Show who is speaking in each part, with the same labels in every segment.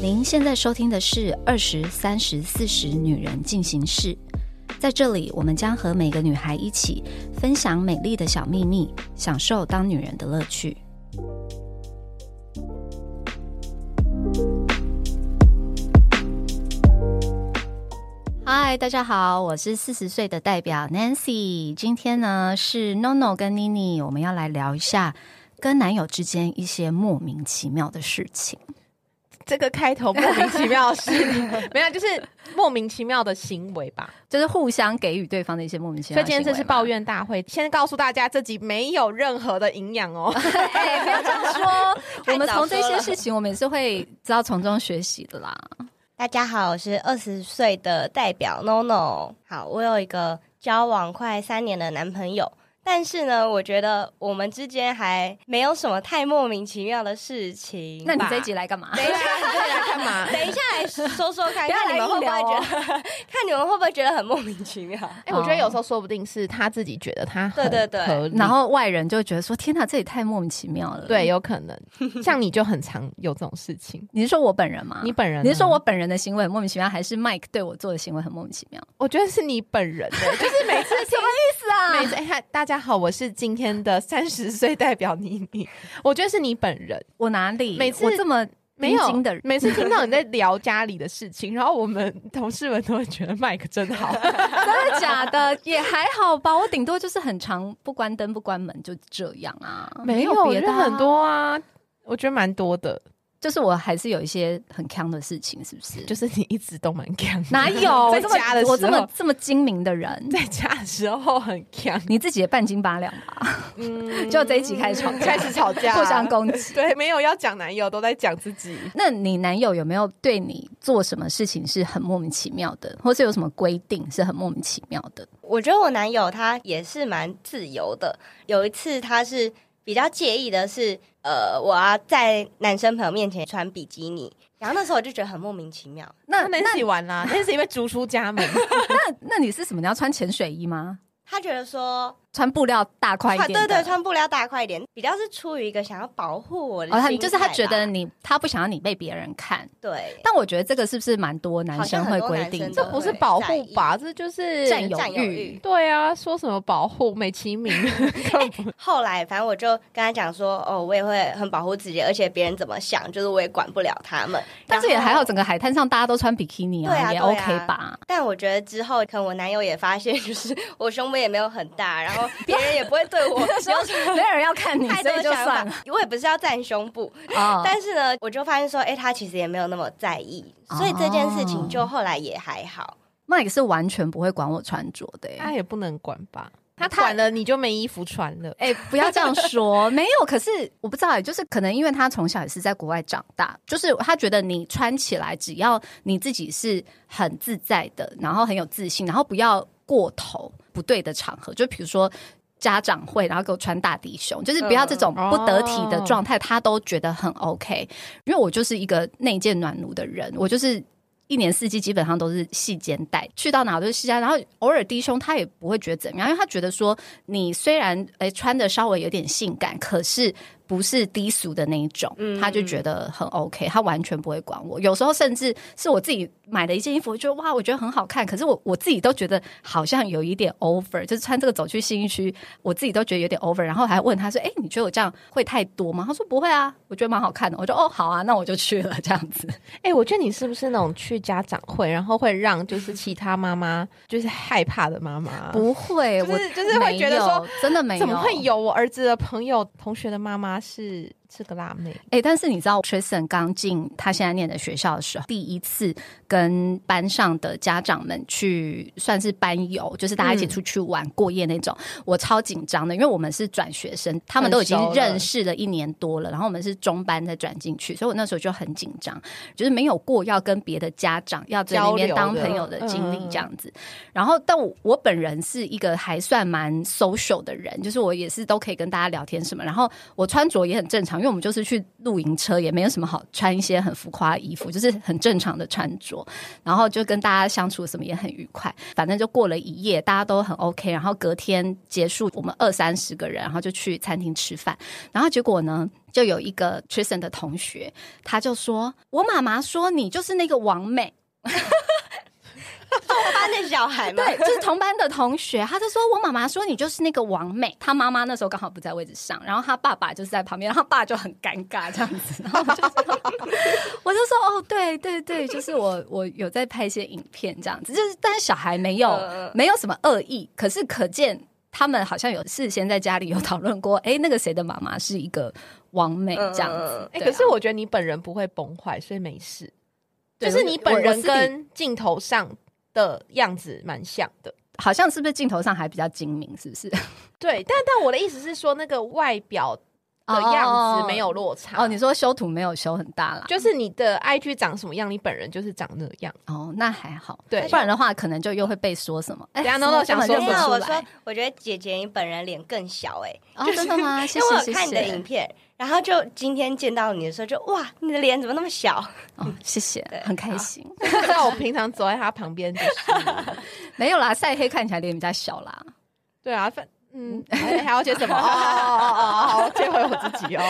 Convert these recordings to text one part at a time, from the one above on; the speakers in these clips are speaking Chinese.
Speaker 1: 您现在收听的是《二十三十四十女人进行式》，在这里，我们将和每个女孩一起分享美丽的小秘密，享受当女人的乐趣。嗨，大家好，我是四十岁的代表 Nancy。今天呢是 NONO 跟妮妮，我们要来聊一下跟男友之间一些莫名其妙的事情。
Speaker 2: 这个开头莫名其妙是没有，就是莫名其妙的行为 吧。
Speaker 1: 就是互相给予对方的一些莫名其
Speaker 2: 所
Speaker 1: 妙的
Speaker 2: 以今
Speaker 1: 行为嘛。
Speaker 2: 天这是抱怨大会，先告诉大家这集没有任何的营养 哦。
Speaker 1: 哎，不要这样 说。我们
Speaker 3: 太早
Speaker 1: 从这
Speaker 3: 说
Speaker 1: 些
Speaker 3: 了
Speaker 1: 事情，我们也是会知道从中学习的啦。
Speaker 3: 大家好，我是二十岁的代表 NONO。好，我有一个交往快三年的男朋友，但是呢，我觉得我们之间还没有什么太莫名其妙的事情。
Speaker 1: 那你
Speaker 3: 吧
Speaker 1: 这一集来干嘛？
Speaker 3: 等一下，
Speaker 2: 啊你在干嘛？
Speaker 3: 等一下来说说看，
Speaker 1: 不要
Speaker 3: 看你们会不
Speaker 1: 来
Speaker 3: 会
Speaker 1: 硬聊
Speaker 3: 觉
Speaker 1: 哦
Speaker 3: 得， 看你们会不会觉得很莫名其妙？
Speaker 2: 哎、我觉得有时候说不定是他自己觉得他很
Speaker 3: 对对对
Speaker 2: 合理
Speaker 1: 然后外人就会觉得说：“天哪，这也太莫名其妙了。”
Speaker 2: 对，，有可能 像你就很常有这种事情。
Speaker 1: 你是说我本人吗？
Speaker 2: 你本人呢，
Speaker 1: 你是说我本人的行为很莫名其妙，还是 Mike 对我做的行为很莫名其妙？
Speaker 2: 我觉得是你本人的， 就是每次什么意思啊？每次哎嗨大家好，我是今天的三十岁代表妮妮，我觉得是你本人。
Speaker 1: 我哪里？
Speaker 2: 每次
Speaker 1: 我这 么
Speaker 2: 没有
Speaker 1: 冰晶的人，
Speaker 2: 每次听到你 在聊家里的事情，然后我们同事们都会觉得麦克真 好，
Speaker 1: 真的假的？也还好吧，我顶多就是很长，不关灯不关门就这样啊，有
Speaker 2: 我
Speaker 1: 别的
Speaker 2: 觉得
Speaker 1: 啊
Speaker 2: 很，多啊，我觉得蛮多的，
Speaker 1: 就是我还是有一些很坑的事情，是不是？
Speaker 2: 就是你一直都蛮强，
Speaker 1: 哪有
Speaker 2: 在
Speaker 1: 我这么
Speaker 2: 家的时候
Speaker 1: 我这么这么精明的人？
Speaker 2: 在家的时候很 强，
Speaker 1: 你自己也半斤八两吧？
Speaker 2: 嗯
Speaker 1: 就这一集开始吵架
Speaker 2: 开始吵架，
Speaker 1: 互相攻击。
Speaker 2: 对，没有要讲男友，都在讲自己。
Speaker 1: 那你男友有没有对你做什么事情是很莫名其妙的，或是有什么规定是很莫名其妙的？
Speaker 3: 我觉得我男友他也是蛮自由的。有一次他是比较介意的是，呃，我要在男生朋友面前穿比基尼，然后那时候我就觉得很莫名其妙。
Speaker 1: 那那
Speaker 2: Nancy 完啦，Nancy 被逐出家 门，
Speaker 1: 那那你是什么？你要穿潜水衣吗？
Speaker 3: 他觉得说，
Speaker 1: 穿布料大块一
Speaker 3: 穿
Speaker 1: 点的？哦
Speaker 3: 对对，穿布料大块一点，比较是出于一个想要保护我的
Speaker 1: 哦，他
Speaker 3: 心态吧
Speaker 1: 就是他觉得你，他不想要你被别人看。
Speaker 3: 对，
Speaker 1: 但我觉得这个是不是蛮多男生会规定的？
Speaker 3: 好像很多
Speaker 2: 这
Speaker 3: 男
Speaker 2: 不
Speaker 3: 生
Speaker 2: 是保护吧？这就是
Speaker 1: 占有
Speaker 3: 占有
Speaker 1: 欲
Speaker 3: 欲。
Speaker 2: 对啊，说什么保护美 其名，根本
Speaker 3: 后来反正我就跟他讲说，哦，我也会很保护自己，而且别人怎么想，就是我也管不了他们。
Speaker 1: 但是也
Speaker 3: 然后
Speaker 1: 还好，整个海滩上大家都穿比基尼
Speaker 3: 对啊
Speaker 1: 也
Speaker 3: 对啊
Speaker 1: OK 吧？
Speaker 3: 但我觉得之后，可能我男友也发现，就是我胸部也没有很大，然后别人也不会对我
Speaker 1: 那时候没有人 要看 你，
Speaker 3: 太
Speaker 1: 所
Speaker 3: 多
Speaker 1: 以就
Speaker 3: 想
Speaker 1: 算
Speaker 3: 法
Speaker 1: 了。。
Speaker 3: 我也不是要占胸部，
Speaker 1: 哦
Speaker 3: 但是呢，我就发现说，哎、他其实也没有那么在意，所以这件事情
Speaker 1: 哦
Speaker 3: 就后来也还好。
Speaker 1: Mike 是完全不会管我穿着的、欸。
Speaker 2: 他也不能管吧？他
Speaker 1: 他
Speaker 2: 管了你就没衣服穿了。
Speaker 1: 哎、不要这样说，没有。可是我不知道欸，就是可能因为他从小也是在国外长大，就是他觉得你穿起来，只要你自己是很自在的，然后很有自信，然后不要过头，不对的场合，就比如说。家长会，然后给我穿大低胸，就是不要这种
Speaker 2: 嗯
Speaker 1: 不得体的状态，他都觉得很 OK。因为我就是一个内建暖炉的人，我就是一年四季基本上都是细肩带，去到哪都是细肩带，然后偶尔低胸他也不会觉得怎么样，因为他觉得说你虽然诶、穿的稍微有点性感，可是不是低俗的那一种，他就觉得很 OK，他完全不会管我。有时候甚至是我自己买的一件衣服，我觉得哇，我觉得很好看，可是我我自己都觉得好像有一点 over，就是穿这个走去新一区，我自己都觉得有点 over，然后还问他说：“哎、你觉得我这样会太多吗？”他说：“不会啊，我觉得蛮好看的。”我就哦，好啊，那我就去了这样子。
Speaker 2: 哎、我觉得你是不是那种去家长会，然后会让就是其他妈妈就是害怕的妈妈？
Speaker 1: 不会，
Speaker 2: 就是
Speaker 1: 我
Speaker 2: 就是会觉得说
Speaker 1: 没有真的没有，
Speaker 2: 怎么会有我儿子的朋友同学的妈妈是是个辣妹？
Speaker 1: 哎、但是你知道，Tristan 刚进他现在念的学校的时候，第一次跟班上的家长们去算是班游，就是大家一起
Speaker 2: 嗯
Speaker 1: 出去玩、过夜那种，我超紧张的，因为我们是转学生，他们都已经
Speaker 2: 很熟了
Speaker 1: 认识了一年多了，然后我们是中班再转进去，所以我那时候就很紧张，就是没有过要跟别的家长要在那边
Speaker 2: 交流的
Speaker 1: 当朋友的经历
Speaker 2: 嗯
Speaker 1: 这样子。然后，但我我本人是一个还算蛮 social 的人，就是我也是都可以跟大家聊天什么，然后我穿着也很正常，常，因为我们就是去露营车，也没有什么好穿一些很浮夸的衣服，就是很正常的穿着，然后就跟大家相处什么也很愉快，反正就过了一夜，大家都很 OK，然后隔天结束，我们二三十个人，然后就去餐厅吃饭，然后结果呢？就有一个 Tristan 的同学，他就说：“我妈妈说你就是那个王美，
Speaker 3: 同班的小孩嘛，
Speaker 1: 对，就是同班的同学，他就说我妈妈说你就是那个王美，他妈妈那时候刚好不在位置上，然后他爸爸就是在旁边，然后他爸就很尴尬这样子，然后我就说 我就说哦，对对对，就是我我有在拍一些影片这样子，就是但是小孩没有、
Speaker 3: 嗯
Speaker 1: 没有什么恶意，可是可见他们好像有事先在家里有讨论过，哎，那个谁的妈妈是一个王美这样子
Speaker 3: 嗯，
Speaker 2: 哎、
Speaker 1: 对啊
Speaker 2: 可是我觉得你本人不会崩坏，所以没事。
Speaker 1: 对
Speaker 2: 就是
Speaker 1: 我
Speaker 2: 你
Speaker 1: 我
Speaker 2: 本
Speaker 1: 我
Speaker 2: 人
Speaker 1: 私底
Speaker 2: 跟镜头上的样子蛮像的。
Speaker 1: 好像是不是镜头上还比较精明，是不是？
Speaker 2: 对，但但我的意思是说，那个外表的样子没有落差。
Speaker 1: 哦哦，你说修图没有修很大啦，
Speaker 2: 就是你的 IG 长什么样，你本人就是长那样。
Speaker 1: 哦，那还好，
Speaker 2: 对
Speaker 1: 不然的话可能就又会被说什么。哎
Speaker 2: 等一下 Nono 想说
Speaker 1: 根
Speaker 2: 什
Speaker 1: 本
Speaker 2: 么
Speaker 3: 没
Speaker 1: 认
Speaker 3: 有，
Speaker 1: 不
Speaker 3: 我
Speaker 1: 出来
Speaker 3: 说，我觉得姐姐你本人脸更小哎、
Speaker 1: 哦，真的 吗？谢
Speaker 3: 因为我
Speaker 1: 谢谢
Speaker 3: 有看你的影
Speaker 1: 谢，
Speaker 3: 片，然后就今天见到你的时候就哇，你的脸怎么那么小？
Speaker 1: 哦，谢谢
Speaker 3: 对，
Speaker 1: 很开心。
Speaker 2: 不知道我平常走在他旁边就是，
Speaker 1: 没有啦，晒黑看起来脸比较小啦。
Speaker 2: 对啊，反嗯，还还要接什么？哦哦哦哦，好，接回我自己哦，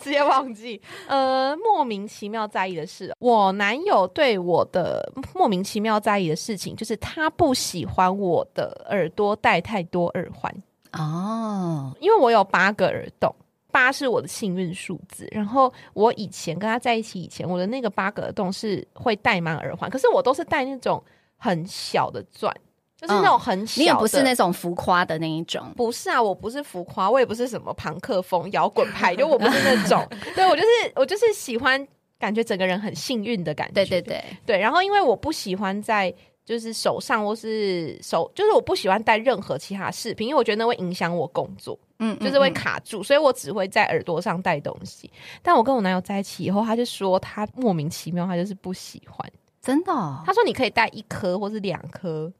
Speaker 2: 直接忘记。呃，莫名其妙在意的事，我男友对我的莫名其妙在意的事情，就是他不喜欢我的耳朵戴太多耳环。
Speaker 1: 哦，
Speaker 2: 因为我有八个耳洞，八是我的幸运数字。然后我以前跟他在一起以前，我的那个八个耳洞是会戴满耳环，可是我都是戴那种很小的钻，就是那种很小
Speaker 1: 嗯
Speaker 2: 的。
Speaker 1: 你也不是那种浮夸的那一种。
Speaker 2: 不是啊，我不是浮夸，我也不是什么朋克风摇滚 派，就我不是那种。对我就是我就是喜欢感觉整个人很幸运的感觉。
Speaker 1: 对对对，
Speaker 2: 对，然后因为我不喜欢在就是手上或是手，就是我不喜欢戴任何其他饰品，因为我觉得那会影响我工作。
Speaker 1: 嗯，
Speaker 2: 就是会
Speaker 1: 嗯
Speaker 2: 卡住，所以我只会在耳朵上戴东西。但我跟我男友在一起以后，他就说他莫名其妙，他就是不喜欢。
Speaker 1: 真的哦，
Speaker 2: 他说你可以戴一颗或是两颗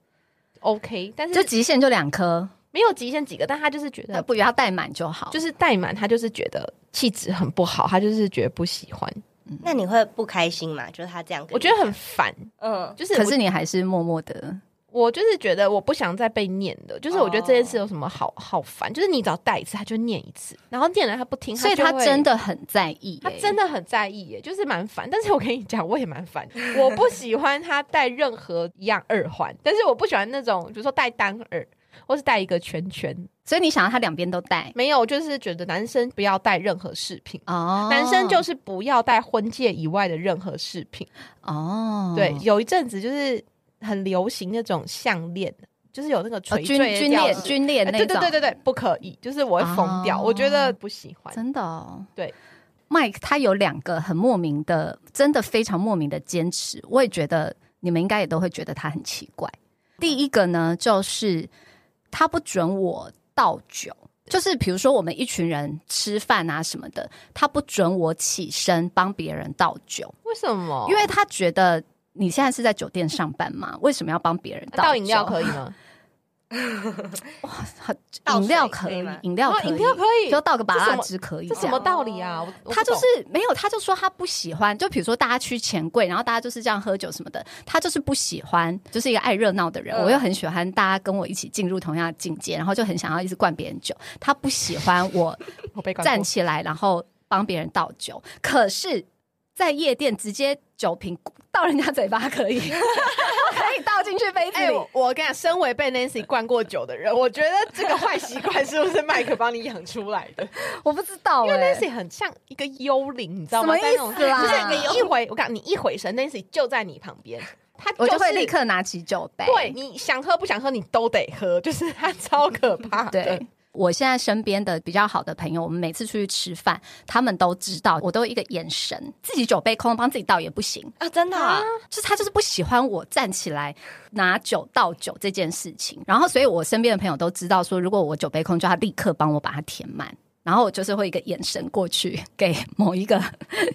Speaker 2: ，OK，但
Speaker 1: 就是极限就两颗，
Speaker 2: 没有极限几个。但他就是觉
Speaker 1: 那
Speaker 2: 得，
Speaker 1: 不要戴满就好。
Speaker 2: 就是戴满，他就是觉得气质很不好，他就是觉得不喜欢。
Speaker 1: 嗯
Speaker 3: 那你会不开心吗？就是他这样跟你，
Speaker 2: 我觉得很烦，
Speaker 3: 嗯，
Speaker 2: 就是
Speaker 1: 可
Speaker 2: 我
Speaker 1: 是你还是默默的，
Speaker 2: 我就是觉得我不想再被念的，就是我觉得这件事
Speaker 1: 哦
Speaker 2: 有什么好好烦，就是你只要戴一次，他就念一次，然后念了他不听，
Speaker 1: 所以他
Speaker 2: 就会
Speaker 1: 真的很在意欸耶。
Speaker 2: 他真的很在意耶，就是蛮烦。但是我跟你讲，我也蛮 烦。我不喜欢他戴任何一样耳环，但是我不喜欢那种，比如说戴单耳，或是戴一个圈圈。
Speaker 1: 所以你想要他两边都戴
Speaker 2: 没有，我就是觉得男生不要戴任何饰品，
Speaker 1: 哦，
Speaker 2: 男生就是不要戴婚戒以外的任何饰品。
Speaker 1: 哦，
Speaker 2: 对，有一阵子就是很流行那种项链，就是有那个
Speaker 1: 哦
Speaker 2: 垂
Speaker 1: 军
Speaker 2: 坠的
Speaker 1: 军
Speaker 2: 吊
Speaker 1: 恋
Speaker 2: 饰
Speaker 1: 军恋
Speaker 2: 哎
Speaker 1: 那
Speaker 2: 对
Speaker 1: 种，
Speaker 2: 对对对对，不可以，就是我会疯掉，
Speaker 1: 哦
Speaker 2: 我觉得不喜欢。
Speaker 1: 真的、哦，
Speaker 2: 对。
Speaker 1: Mike 他有两个很莫名的，真的非常莫名的坚持，我也觉得你们应该也都会觉得他很奇怪。第一个呢，就是他不准我倒酒，就是比如说我们一群人吃饭啊什么的，他不准我起身帮别人倒酒，
Speaker 2: 为什么？
Speaker 1: 因为他觉得你现在是在酒店上班嘛，为什么要帮别人
Speaker 2: 那
Speaker 1: 倒
Speaker 2: 啊倒
Speaker 1: 酒
Speaker 2: 饮料可以吗？
Speaker 3: 倒
Speaker 1: 饮
Speaker 3: 水
Speaker 1: 料可
Speaker 3: 可以
Speaker 1: 以
Speaker 3: 吗，
Speaker 1: 饮料
Speaker 2: 哦
Speaker 1: 可以，
Speaker 2: 饮料可以，
Speaker 1: 就倒个把
Speaker 2: 这什
Speaker 1: 蜡
Speaker 2: 么
Speaker 1: 汁可以
Speaker 2: 这
Speaker 1: 样，
Speaker 2: 什么道理啊？我我
Speaker 1: 他就
Speaker 2: 不
Speaker 1: 是没有，他就说他不喜欢。就比如说大家去钱柜，然后大家就是这样喝酒什么的，他就是不喜欢，就是一个爱热闹的人。
Speaker 3: 嗯
Speaker 1: 我又很喜欢大家跟我一起进入同样的境界，然后就很想要一直灌别人酒。他不喜欢我
Speaker 2: 懂我被 灌
Speaker 1: 站
Speaker 2: 过
Speaker 1: 起来，然后帮别人倒酒。可是，在夜店直接酒瓶倒人家嘴巴可以， 可以倒进去杯子
Speaker 2: 哎、
Speaker 1: 里。
Speaker 2: 我我跟你讲，身为被 Nancy 灌过酒的人，我觉得这个坏习惯是不是麦克帮你养出来 的？
Speaker 1: 我不知道、
Speaker 2: 因为
Speaker 1: 哎
Speaker 2: Nancy 很像一个幽灵，你知道吗？
Speaker 1: 什么意思啦
Speaker 2: 在那种就是你一回，我告诉你，一回神，Nancy 就在你旁边，他
Speaker 1: 我
Speaker 2: 是
Speaker 1: 就会立刻拿起酒杯。
Speaker 2: 对你想喝不想喝，你都得喝，就是他超可怕的。
Speaker 1: 对。我现在身边的比较好的朋友，我们每次出去吃饭，他们都知道，我都有一个眼神，自己酒杯空帮自己倒也不行，
Speaker 3: 啊，真的啊、
Speaker 1: 就是他就是不喜欢我站起来拿酒倒酒这件事情。然后，所以我身边的朋友都知道说，如果我酒杯空，就要立刻帮我把它填满。然后我就是会一个眼神过去给某一个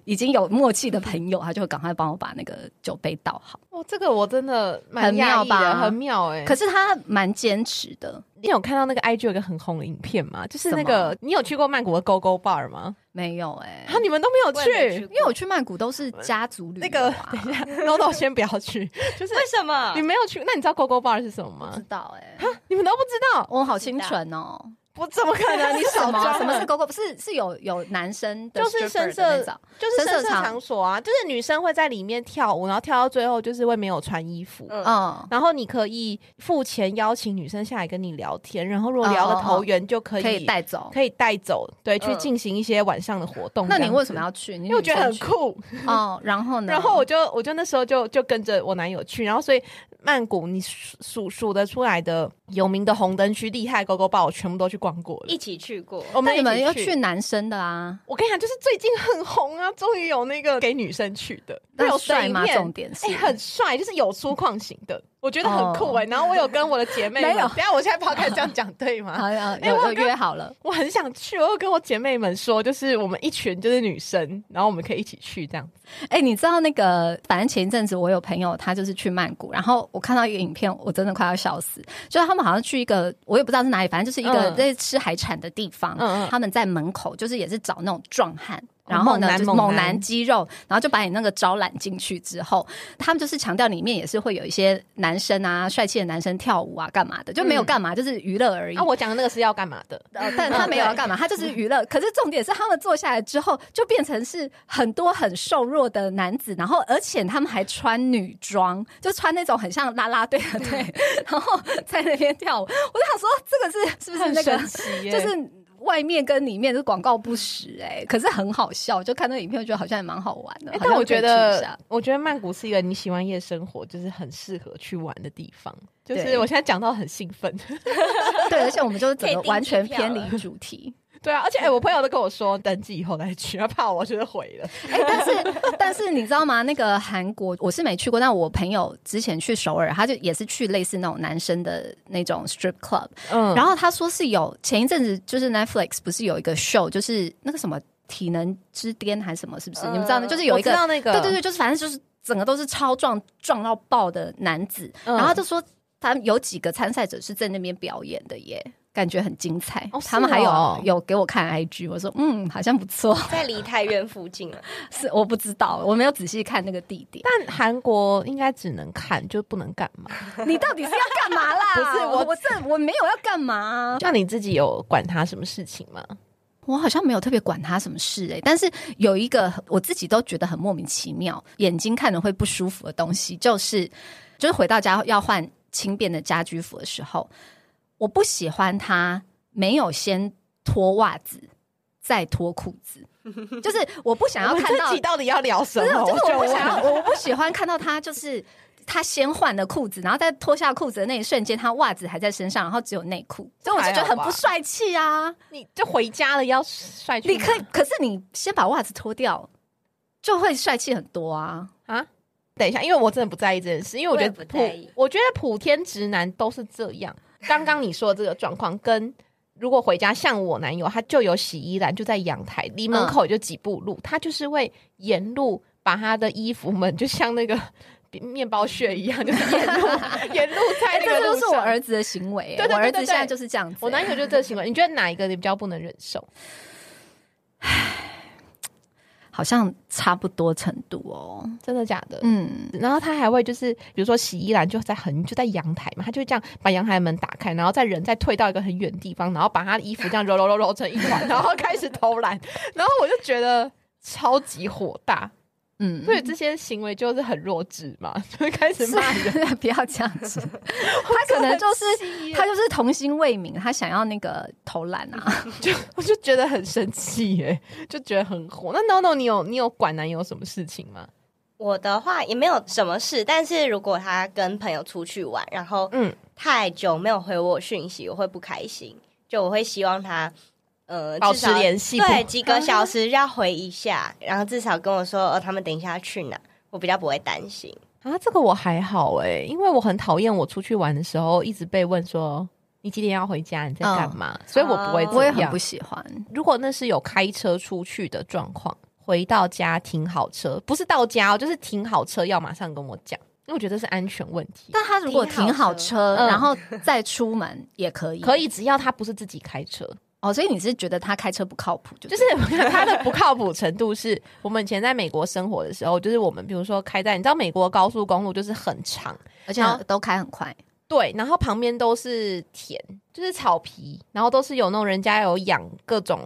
Speaker 1: 已经有默契的朋友，他就会赶快帮我把那个酒杯倒好。
Speaker 2: 哦，这个我真的蛮
Speaker 1: 很妙
Speaker 2: 讶异的
Speaker 1: 吧
Speaker 2: 很妙哎、
Speaker 1: 可是他蛮坚持的，
Speaker 2: 你有看到那个 IG 有一个很红的影片吗？就是那
Speaker 1: 什
Speaker 2: 个你有去过曼谷的 Go Go Bar 吗？
Speaker 1: 没有哎、
Speaker 2: 啊，你们都没有
Speaker 3: 我也没
Speaker 2: 去
Speaker 3: 去，
Speaker 1: 因为我去曼谷都是家族旅游、
Speaker 2: 那个
Speaker 1: 啊，
Speaker 2: 等一下，No No 先不要去， 就是
Speaker 3: 为什么
Speaker 2: 你？没有去。那你知道 Go Go Bar 是什么
Speaker 1: 不知
Speaker 2: 吗？
Speaker 1: 道哎、
Speaker 2: 你们都不知道，
Speaker 1: 我好清纯哦。
Speaker 2: 我怎么可 能？你
Speaker 1: 什
Speaker 2: 少
Speaker 1: 么
Speaker 2: 装
Speaker 1: 什么
Speaker 2: 了
Speaker 1: 是勾勾？是是有有男生的
Speaker 2: 就
Speaker 1: stripper
Speaker 2: 是深
Speaker 1: 的
Speaker 2: 色
Speaker 1: 那种
Speaker 2: 就是
Speaker 1: 深
Speaker 2: 深
Speaker 1: 色
Speaker 2: 色
Speaker 1: 场
Speaker 2: 场所啊，就是女生会在里面跳舞，然后跳到最后就是会没有穿衣服。
Speaker 3: 嗯
Speaker 1: 嗯，
Speaker 2: 然后你可以付钱邀请女生下来跟你聊天，然后如果聊
Speaker 1: 哦哦
Speaker 2: 得
Speaker 1: 哦
Speaker 2: 投缘，就可以
Speaker 1: 可以带走。
Speaker 2: 可以带走，对，去
Speaker 3: 嗯
Speaker 2: 进行一些晚上的活动。
Speaker 1: 那
Speaker 2: 这
Speaker 1: 你
Speaker 2: 样
Speaker 1: 为什么
Speaker 2: 子？
Speaker 1: 要去？因
Speaker 2: 因为我觉得很酷，
Speaker 1: 哦。然后呢？
Speaker 2: 然后我就我就那时候就就跟着我男友去，然后所以曼谷你数数数得出来的有名的红灯区、厉害勾勾报，我全部都去逛过了
Speaker 3: 一。起去过，
Speaker 1: 那
Speaker 2: 我们
Speaker 1: 你们要
Speaker 2: 要
Speaker 1: 去，男生的啊？
Speaker 2: 我跟你讲，就是最近很红啊，终于有那个给女生去的，会
Speaker 1: 那
Speaker 2: 有
Speaker 1: 帅吗？
Speaker 2: 吗？
Speaker 1: 重点是
Speaker 2: 哎、很帅，就是有粗犷型的，我觉得很酷
Speaker 1: 哦
Speaker 2: 哎、然后我有跟我的姐妹们，
Speaker 1: 没有
Speaker 2: 等一下我现在抛开这样讲对吗？
Speaker 1: 好有
Speaker 2: 哎我
Speaker 1: 有有
Speaker 2: 有跟
Speaker 1: 约好了。
Speaker 2: 我很想去，我有跟我姐妹们说，就是我们一群就是女生，然后我们可以一起去这样子。
Speaker 1: 哎、你知道那个？反正前一阵子我有朋友，他就是去曼谷，然后我看到一个影片，我真的快要笑死。就是他们好像去一个，我也不知道是哪里，反正就是一个
Speaker 2: 嗯
Speaker 1: 在吃海产的地方。
Speaker 2: 嗯嗯
Speaker 1: 他们在门口就是也是找那种壮汉。
Speaker 2: 哦
Speaker 1: 然后
Speaker 2: 猛
Speaker 1: 呢，
Speaker 2: 男
Speaker 1: 就是
Speaker 2: 猛男
Speaker 1: 猛男肌肉，然后就把你那个招揽进去之后，他们就是强调里面也是会有一些男生啊，帅气的男生跳舞啊，干嘛的，就没有
Speaker 2: 嗯
Speaker 1: 干嘛，就是娱乐而已。
Speaker 2: 啊，我讲的那个是要干嘛的？
Speaker 1: 呃，但他没有要干嘛，他就是娱乐。可是重点是，他们坐下来之后，就变成是很多很瘦弱的男子，然后而且他们还穿女装，就穿那种很像啦啦队的队，然后在那边跳舞。我就想说，这个是是不是那个
Speaker 2: 很神奇耶
Speaker 1: 就是？外面跟里面是广告不实哎、可是很好笑，就看那个影片，我觉得好像也蛮好玩的。
Speaker 2: 哎
Speaker 1: 好像
Speaker 2: 但我
Speaker 1: 可以
Speaker 2: 觉
Speaker 1: 去一下
Speaker 2: 得，我觉得曼谷是一个你喜欢夜生活，就是很适合去玩的地方。就
Speaker 1: 对
Speaker 2: 是我现在讲到很兴奋，
Speaker 1: 对，而且我们就是整
Speaker 3: 可
Speaker 1: 个
Speaker 3: 以订
Speaker 1: 完全
Speaker 3: 机票
Speaker 1: 偏
Speaker 3: 了
Speaker 1: 离主题。
Speaker 2: 对啊，而且哎、我朋友都跟我说，登记以后再去，他怕我就是毁了。
Speaker 1: 哎、但是 但是你知道吗？那个韩国我是没去过，但我朋友之前去首尔，他就也是去类似那种男生的那种 strip club，、
Speaker 2: 嗯
Speaker 1: 然后他说是有前一阵子就是 Netflix 不是有一个 show，就是那个什么体能之巅还是什么，是不是？
Speaker 3: 嗯
Speaker 1: 你们知道呢？就是有一个
Speaker 2: 呃我知道那个，
Speaker 1: 对对对，就是反正就是整个都是超壮壮到爆的男子，
Speaker 2: 嗯
Speaker 1: 然后他就说他们有几个参赛者是在那边表演的耶。感觉很精彩，
Speaker 2: 哦
Speaker 1: 他们还有、
Speaker 2: 是哦
Speaker 1: 有给我看 IG，我说嗯，好像不错，
Speaker 3: 在梨泰院附近啊了。
Speaker 1: 是我不知道，我没有仔细看那个地 点。
Speaker 2: 但韩国应该只能看，就不能干嘛。
Speaker 1: 你到底是要干嘛啦？
Speaker 2: 不是我
Speaker 1: 我这我没有要干嘛啊、
Speaker 2: 那你自己有管他什么事情吗？
Speaker 1: 我好像没有特别管他什么事诶、但是有一个我自己都觉得很莫名其妙，眼睛看着会不舒服的东西，就是就是回到家要换轻便的家居服的时候，我不喜欢他没有先脱袜子再脱裤子，就是我不想要
Speaker 2: 我们
Speaker 1: 看
Speaker 2: 这
Speaker 1: 到
Speaker 2: 集到底要聊什
Speaker 1: 不是，
Speaker 2: 么？
Speaker 1: 就是我不
Speaker 2: 就
Speaker 1: 想要，
Speaker 2: 问
Speaker 1: 我不喜欢看到他就是。他先换了裤子，然后在脱下裤子的那一瞬间，他袜子还在身上，然后只有内裤，所以我就觉得很不帅气啊！
Speaker 2: 你就回家了，要帅去
Speaker 1: 你
Speaker 2: 哪
Speaker 1: 可以，可是你先把袜子脱掉，就会帅气很多啊！
Speaker 2: 啊？等一下，因为我真的不在意这件事，因为我觉得
Speaker 3: 我也不
Speaker 2: 普
Speaker 3: 在意，
Speaker 2: 我觉得普天直男都是这样。刚刚你说的这个状况，跟如果回家像我男友，他就有洗衣篮，就在阳台，离
Speaker 1: 嗯
Speaker 2: 门口也就几步路，他就是会沿路把他的衣服们，就像那个 面包屑一样，就是沿 路沿路在
Speaker 1: 哎、
Speaker 2: 那
Speaker 1: 这
Speaker 2: 个
Speaker 1: 就
Speaker 2: 路
Speaker 1: 是我
Speaker 2: 上。
Speaker 1: 儿子的行为、哎
Speaker 2: 对对对
Speaker 1: 我儿子
Speaker 2: 对对
Speaker 1: 现在就是这样子、
Speaker 2: 我男友就是这个行为，你觉得哪一个你比较不能忍受？
Speaker 1: 好像差不多程度哦。
Speaker 2: 真的假的？
Speaker 1: 嗯，
Speaker 2: 然后他还会就是，比如说洗衣篮就在很就在阳台嘛，他就会这样把阳台门打开，然后再人再退到一个很远的地方，然后把他的衣服这样揉揉揉揉成一团，然后开始偷懒，然后我就觉得超级火大，
Speaker 1: 嗯，
Speaker 2: 所以这些行为就是很弱智嘛，就会开始骂人。
Speaker 1: 是 不要这样 子， 他可能就是他就是童心未泯，他想要那个投篮啊。
Speaker 2: 就我就觉得很生气耶、就觉得很火。那 No No，你有你有管男友什么事情吗？
Speaker 3: 我的话也没有什么事，但是如果他跟朋友出去玩，然后
Speaker 2: 嗯
Speaker 3: 太久没有回我讯息，我会不开心，就我会希望他呃
Speaker 2: 保
Speaker 3: 至
Speaker 2: 持
Speaker 3: 少
Speaker 2: 联系
Speaker 3: 对，
Speaker 2: 不
Speaker 3: 几个小
Speaker 2: 嗯
Speaker 3: 时要回一下，然后至少跟我说哦，他们等一下要去哪，我比较不会担心。
Speaker 2: 欸啊，这个我还好哎、因为我很讨厌我出去玩的时候一直被问说。你几点要回家？你在干嘛？所以我不会
Speaker 3: 哦
Speaker 1: 嗯我也
Speaker 2: 这
Speaker 1: 很
Speaker 2: 嗯样
Speaker 1: 不。喜欢。
Speaker 2: 如果那是有开车出去的状况，回到家停好车，不是到家哦，就是停好车要马上跟我讲，因为我觉得这是安全问题。
Speaker 1: 但他如果停好车，
Speaker 2: 嗯
Speaker 1: 然后再出门也可以，
Speaker 2: 可以，只要他不是自己开车，
Speaker 1: 哦。所以你是觉得他开车不靠谱，就
Speaker 2: 就是 是它的不靠谱程度是，我们以前在美国生活的时候，就是我们比如说开在你知道美国高速公路就是很长，
Speaker 1: 而且
Speaker 2: 然后
Speaker 1: 都开很快，
Speaker 2: 对，然后旁边都是田，就是草皮，然后都是有那种人家有养各种。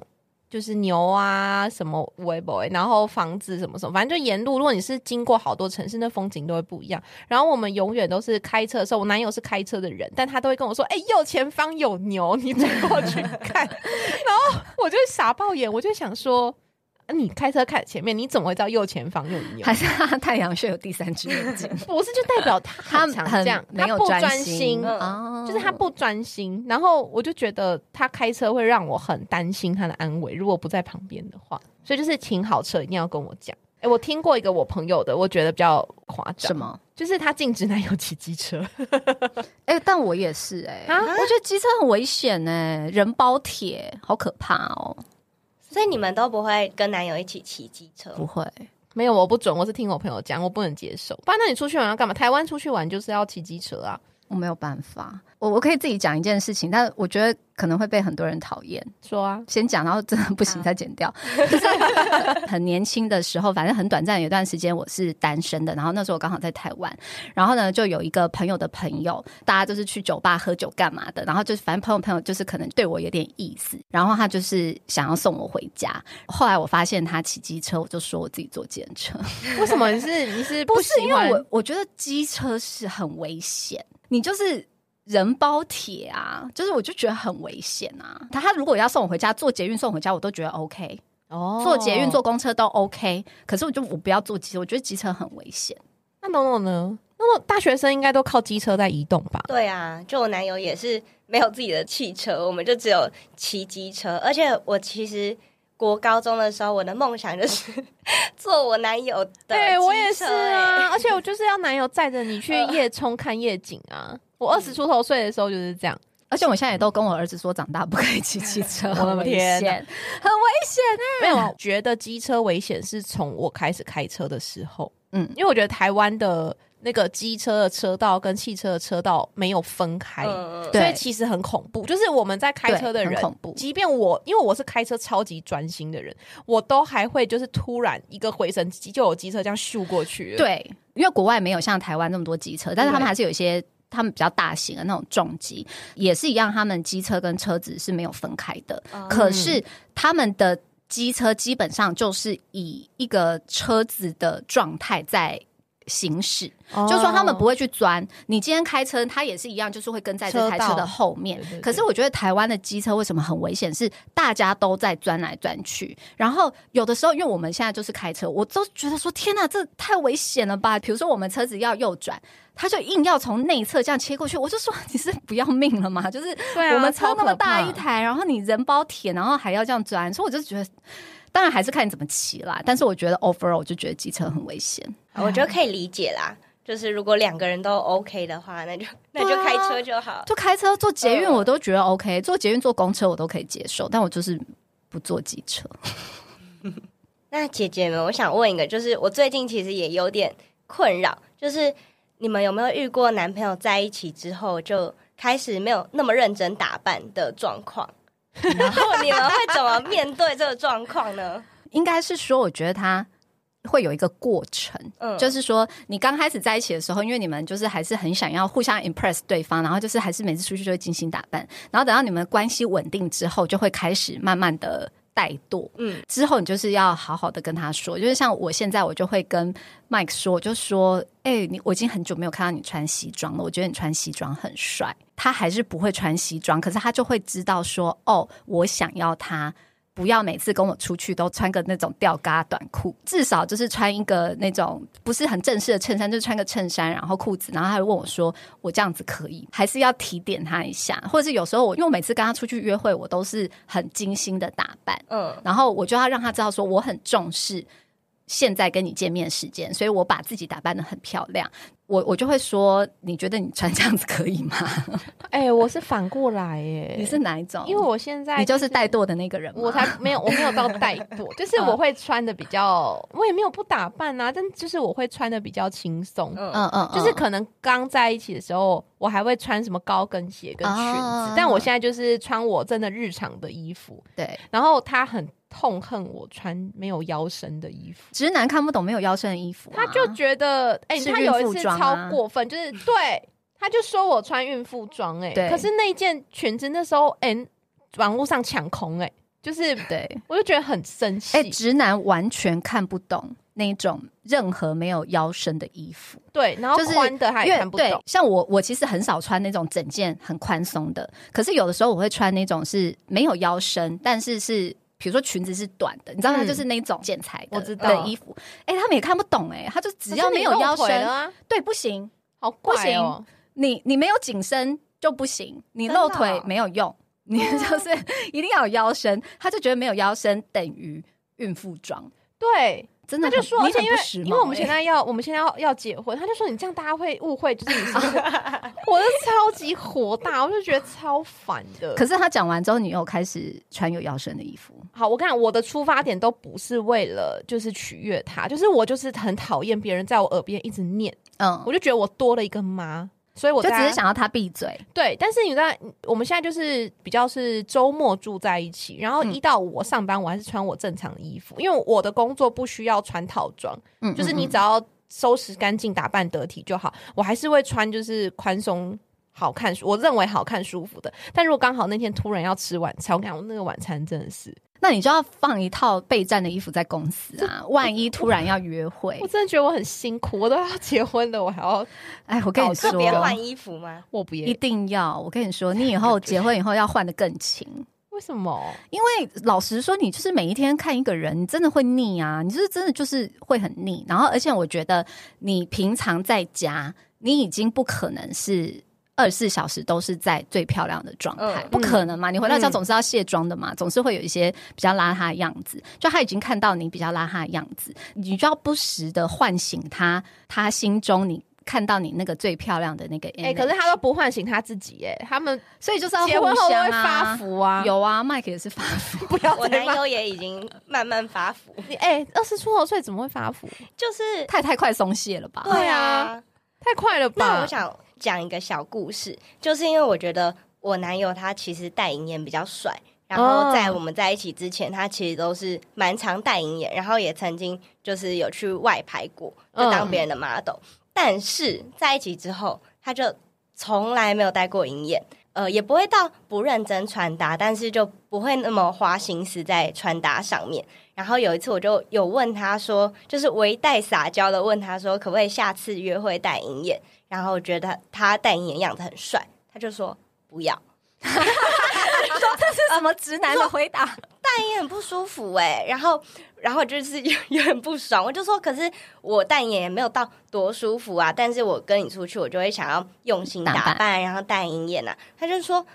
Speaker 2: 就是牛啊，什么 w e b 然后房子什么什么，反正就沿路，如果你是经过好多城市，那风景都会不一样。然后我们永远都是开车的时候，我男友是开车的人，但他都会跟我说：“哎、右前方有牛，你走过去看。”然后我就傻爆眼，我就想说：“啊你开车看前面，你怎么会知道右前方有牛？”
Speaker 1: 还是他太阳穴有第三只眼睛
Speaker 2: 不是就代表他
Speaker 1: 他
Speaker 2: 很常
Speaker 1: 很
Speaker 2: 这样，
Speaker 1: 没有
Speaker 2: 他不
Speaker 1: 专
Speaker 2: 专
Speaker 1: 心
Speaker 2: 心
Speaker 3: 嗯
Speaker 1: 哦
Speaker 2: 就是他不专心，然后我就觉得他开车会让我很担心他的安危，如果不在旁边的话，所以就是停好车一定要跟我讲。哎、我听过一个我朋友的，我觉得比较夸张，
Speaker 1: 什？么？
Speaker 2: 就是他禁止男友骑机车，
Speaker 1: 哎、但我也是哎、
Speaker 2: 啊
Speaker 1: 我觉得机车很危险哎、人包铁，好可怕哦！
Speaker 3: 所以你们都不会跟男友一起骑机车，
Speaker 1: 不会，
Speaker 2: 没有，我不准，我是听我朋友讲，我不能接受。不然那你出去玩要干嘛？台湾出去玩就是要骑机车啊，
Speaker 1: 我没有办法，我我可以自己讲一件事情，但我觉得可能会被很多人讨厌。
Speaker 2: 说啊，
Speaker 1: 先讲，然后真的不行
Speaker 3: 好
Speaker 1: 再剪掉。 就是很年轻的时候，反正很短暂有一段时间我是单身的。然后那时候我刚好在台湾，然后呢就有一个朋友的朋友，大家就是去酒吧喝酒干嘛的。然后就是反正朋友朋友就是可能对我有点意思，然后他就是想要送我回家。后来我发现他骑机车，我就说我自己坐计程车。
Speaker 2: 为什么你是你是
Speaker 1: 不是
Speaker 2: 喜
Speaker 1: 因为
Speaker 2: 欢
Speaker 1: 我我觉得机车是很危险，你就是人包铁啊，就是我就觉得很危险啊。他他如果要送我回家，坐捷运送我回家，我都觉得 OK，
Speaker 2: 哦
Speaker 1: 坐捷运坐公车都 OK。可是我就我不要坐机车，我觉得机车很危险。
Speaker 2: 那诺诺呢？诺诺大学生应该都靠机车在移动吧？
Speaker 3: 对啊，就我男友也是没有自己的汽车， 我们就只有骑机车。而且我其实国高中的时候，我的梦想就是 做我男友的、哎
Speaker 2: 对我也是。啊，而且我就是要男友载着你去夜冲看夜景啊。我二十出头岁的时候就是这样，
Speaker 1: 而且我现在也都跟我儿子说，长大不可以骑机车，
Speaker 2: 我的
Speaker 1: 很危
Speaker 2: 天
Speaker 1: 险，很危险。
Speaker 2: 没有觉得机车危险是从我开始开车的时候，
Speaker 1: 嗯
Speaker 2: 因为我觉得台湾的那个机车的车道跟汽车的车道没有分开，
Speaker 3: 嗯，
Speaker 1: 对
Speaker 2: 所以其实很恐怖。就是我们在开车的
Speaker 1: 对
Speaker 2: 人
Speaker 1: 很恐怖，
Speaker 2: 即便我因为我是开车超级专心的人，我都还会就是突然一个回神机就有机车这样咻过去了，
Speaker 1: 对，因为国外没有像台湾那么多机车，但是他们
Speaker 2: 对
Speaker 1: 还是有一些。他们比较大型的那种重机也是一样，他们机车跟车子是没有分开的。
Speaker 3: 哦
Speaker 1: 可是他们的机车基本上就是以一个车子的状态在行驶，
Speaker 2: 哦，
Speaker 1: 就是说他们不会去钻。你今天开车，他也是一样，就是会跟在这台车
Speaker 2: 车道
Speaker 1: 的后面
Speaker 2: 对对对。
Speaker 1: 可是我觉得台湾的机车为什么很危险？是大家都在钻来钻去，然后有的时候，因为我们现在就是开车，我都觉得说天呐，这太危险了吧！比如说我们车子要右转，他就硬要从内侧这样切过去，我就说你是不要命了 吗？就是
Speaker 2: 对啊，
Speaker 1: 我们车
Speaker 2: 超
Speaker 1: 那么
Speaker 2: 可
Speaker 1: 大
Speaker 2: 怕
Speaker 1: 一台，然后你人包铁，然后还要这样钻，所以我就觉得，当然还是看你怎么骑啦。但是我觉得 overall 我就觉得机车很危险。
Speaker 3: 我觉得可以理解啦。就是如果两个人都 OK 的话，那就那就开
Speaker 2: 啊
Speaker 3: 车就好。
Speaker 1: 就开车坐捷运
Speaker 2: 呃
Speaker 3: 嗯
Speaker 1: 我都觉得 OK，、坐捷运坐公车我都可以接受，但我就是不坐机车。
Speaker 3: 那姐姐们，我想问一个，就是我最近其实也有点困扰，就是你们有没有遇过男朋友在一起之后就开始没有那么认真打扮的状况？然后你们会怎么面对这个状况呢？
Speaker 1: 应该是说，我觉得它会有一个过程，
Speaker 3: 嗯，
Speaker 1: 就是说你刚开始在一起的时候，因为你们就是还是很想要互相 impress 对方，然后就是还是每次出去就会精心打扮，然后等到你们关系稳定之后，就会开始慢慢的。怠惰，
Speaker 3: 嗯
Speaker 1: 嗯，之后你就是要好好的跟他说，就是像我现在，我就会跟 Mike 说，我就说，哎、你我已经很久没有看到你穿西装了，我觉得你穿西装很帅。他还是不会穿西装，可是他就会知道说，哦，我想要他不要每次跟我出去都穿个那种吊嘎短裤，至少就是穿一个那种不是很正式的衬衫，就是穿个衬衫，然后裤子，然后他会问我说：“我这样子可以？”还是要提点他一下，或者是有时候我因为我每次跟他出去约会，我都是很精心的打扮，
Speaker 3: 嗯，
Speaker 1: 然后我就要让他知道说我很重视现在跟你见面时间，所以我把自己打扮的很漂亮。我我就会说，你觉得你穿这样子可以吗？
Speaker 2: 哎、我是反过来耶，
Speaker 1: 你是哪一种？
Speaker 2: 因为我现在
Speaker 1: 你就是怠惰的那个人吗，嗯
Speaker 2: 我才没有，我没有到怠 惰，就是我会穿的比较，我也没有不打扮啊，但就是我会穿的比较轻松，
Speaker 1: 嗯
Speaker 3: 嗯，
Speaker 1: 嗯，
Speaker 2: 就是
Speaker 1: 嗯
Speaker 2: 可能刚在一起的时候，我还会穿什么高跟鞋跟裙子
Speaker 1: 哦，
Speaker 2: 但我现在就是穿我真的日常的衣服，
Speaker 1: 对
Speaker 2: 然后他很痛恨我穿没有腰身的衣服。
Speaker 1: 直男看不懂没有腰身的衣服啊、
Speaker 2: 他就觉得，哎、
Speaker 1: 是
Speaker 2: 他
Speaker 1: 孕
Speaker 2: 有一
Speaker 1: 妇
Speaker 2: 次
Speaker 1: 装
Speaker 2: 超
Speaker 1: 啊
Speaker 2: 过 分，就是对，他就说我穿孕妇装、哎，
Speaker 1: 对
Speaker 2: 可是那一件裙子那时候，哎、网络上抢空、哎，就是
Speaker 1: 对。
Speaker 2: 我就觉得很生气，
Speaker 1: 哎、直男完全看不懂那种任何没有腰身的衣服，
Speaker 2: 对，然后
Speaker 1: 就是
Speaker 2: 宽的他
Speaker 1: 因
Speaker 2: 也
Speaker 1: 为
Speaker 2: 看不
Speaker 1: 对
Speaker 2: 懂，，
Speaker 1: 像我，我其实很少穿那种整件很宽松的，可是有的时候我会穿那种是没有腰身，但是是。比如说裙子是短的，你知道它
Speaker 2: 嗯
Speaker 1: 就是那种剪裁的、
Speaker 2: 我知道
Speaker 1: 的衣服，哎、他们也看不懂哎、他就只要没有腰
Speaker 2: 可是你露腿
Speaker 1: 身
Speaker 2: 了，啊，
Speaker 1: 对，不行，
Speaker 2: 好
Speaker 1: 不
Speaker 2: 怪
Speaker 1: 行
Speaker 2: 哦、
Speaker 1: 你你没有紧身就不行，你
Speaker 3: 真的
Speaker 1: 露
Speaker 3: 哦
Speaker 2: 啊
Speaker 1: 腿没有用，你就是 一定要有腰身，他就觉得没有腰身等于孕妇装，
Speaker 2: 对，
Speaker 1: 真的
Speaker 2: 他就
Speaker 1: 很
Speaker 2: 说，
Speaker 1: 你
Speaker 2: 而且
Speaker 1: 很
Speaker 2: 因
Speaker 1: 不
Speaker 2: 为
Speaker 1: 时髦
Speaker 2: 因为我们
Speaker 1: 欸
Speaker 2: 现在要我们现在要要结婚，他就说你这样大家会误会，就是你是不 是我就超级火大，我就觉得超烦的。
Speaker 1: 可是他讲完之后，你又开始穿有腰身的衣服，
Speaker 2: 好，我跟你讲，我的出发点都不是为了就是取悦他，就是我就是很讨厌别人在我耳边一直念，
Speaker 1: 嗯，
Speaker 2: 我就觉得我多了一个妈，所以我
Speaker 1: 就只
Speaker 2: 在啊
Speaker 1: 是想要他闭嘴，
Speaker 2: 对。但是你知道，我们现在就是比较是周末住在一起，然后
Speaker 1: 嗯
Speaker 2: 一到五我上班，我还是穿我正常的衣服，因为我的工作不需要穿套装，
Speaker 1: 嗯，
Speaker 2: 就是你
Speaker 1: 嗯
Speaker 2: 只要收拾干净、打扮得体就好。我还是会穿就是宽松、好看，我认为好看、舒服的。但如果刚好那天突然要吃晚餐，我跟你讲，我那个晚餐真的是，
Speaker 1: 嗯那你就要放一套备战的衣服在公司 啊，万一突然要约会
Speaker 2: 我，真的觉得我很辛苦，我都要结婚了，我还要
Speaker 1: 哎，我跟你说
Speaker 3: 特，别换衣服 吗？
Speaker 2: 我不
Speaker 1: 一
Speaker 2: 也
Speaker 1: 定要，我跟你说，你以后结婚以后要换的更勤。
Speaker 2: 为什么？
Speaker 1: 因为老实说，你就是每一天看一个人，你真的会腻啊！你就是真的就是会很腻。然后，而且我觉得你平常在家，你已经不可能是二十四小时都是在最漂亮的状态，
Speaker 3: 嗯
Speaker 1: 不可能嘛！你回到家
Speaker 2: 嗯
Speaker 1: 总是要卸妆的嘛，总是会有一些比较邋遢的样子。就他已经看到你比较邋遢的样子，你就要不时的唤醒他，他心中你。看到你那个最漂亮的那个 image，
Speaker 2: 哎、可是他都不唤醒他自己、哎，他们
Speaker 1: 所以就是要
Speaker 2: 结婚
Speaker 1: 互
Speaker 2: 后都
Speaker 1: 相
Speaker 2: 会
Speaker 1: 啊
Speaker 2: 发福啊，
Speaker 1: 有啊，Mike 也是发福，
Speaker 2: 不要
Speaker 3: 我
Speaker 2: 再
Speaker 3: 男
Speaker 2: 发
Speaker 3: 友也已经慢慢发福，
Speaker 2: 你哎，二十出头岁怎么会发福？
Speaker 3: 就是
Speaker 1: 太太快松懈了吧？
Speaker 2: 对啊。太快了吧？
Speaker 3: 那我想讲一个小故事，就是因为我觉得我男友他其实戴银眼比较帅，然后在
Speaker 2: 哦
Speaker 3: 我们在一起之前，他其实都是蛮常戴银眼，然后也曾经就是有去外拍过，就
Speaker 2: 嗯
Speaker 3: 当别人的 model、但是在一起之后，他就从来没有戴过银眼。呃，也不会到不认真穿搭，但是就不会那么花心思在穿搭上面。然后有一次，我就有问他说，就是微带撒娇的问他说，可不可以下次约会戴银眼？然后我觉得他戴银眼样子很帅，他就说不要，
Speaker 1: 什么直男的回答？
Speaker 3: 戴银眼很不舒服哎、然后，然后就是 有有点不爽，我就说，可是我戴银眼也没有到多舒服啊，但是我跟你出去，我就会想要用心打扮，
Speaker 1: 打
Speaker 3: 然后戴银眼啊。他就说。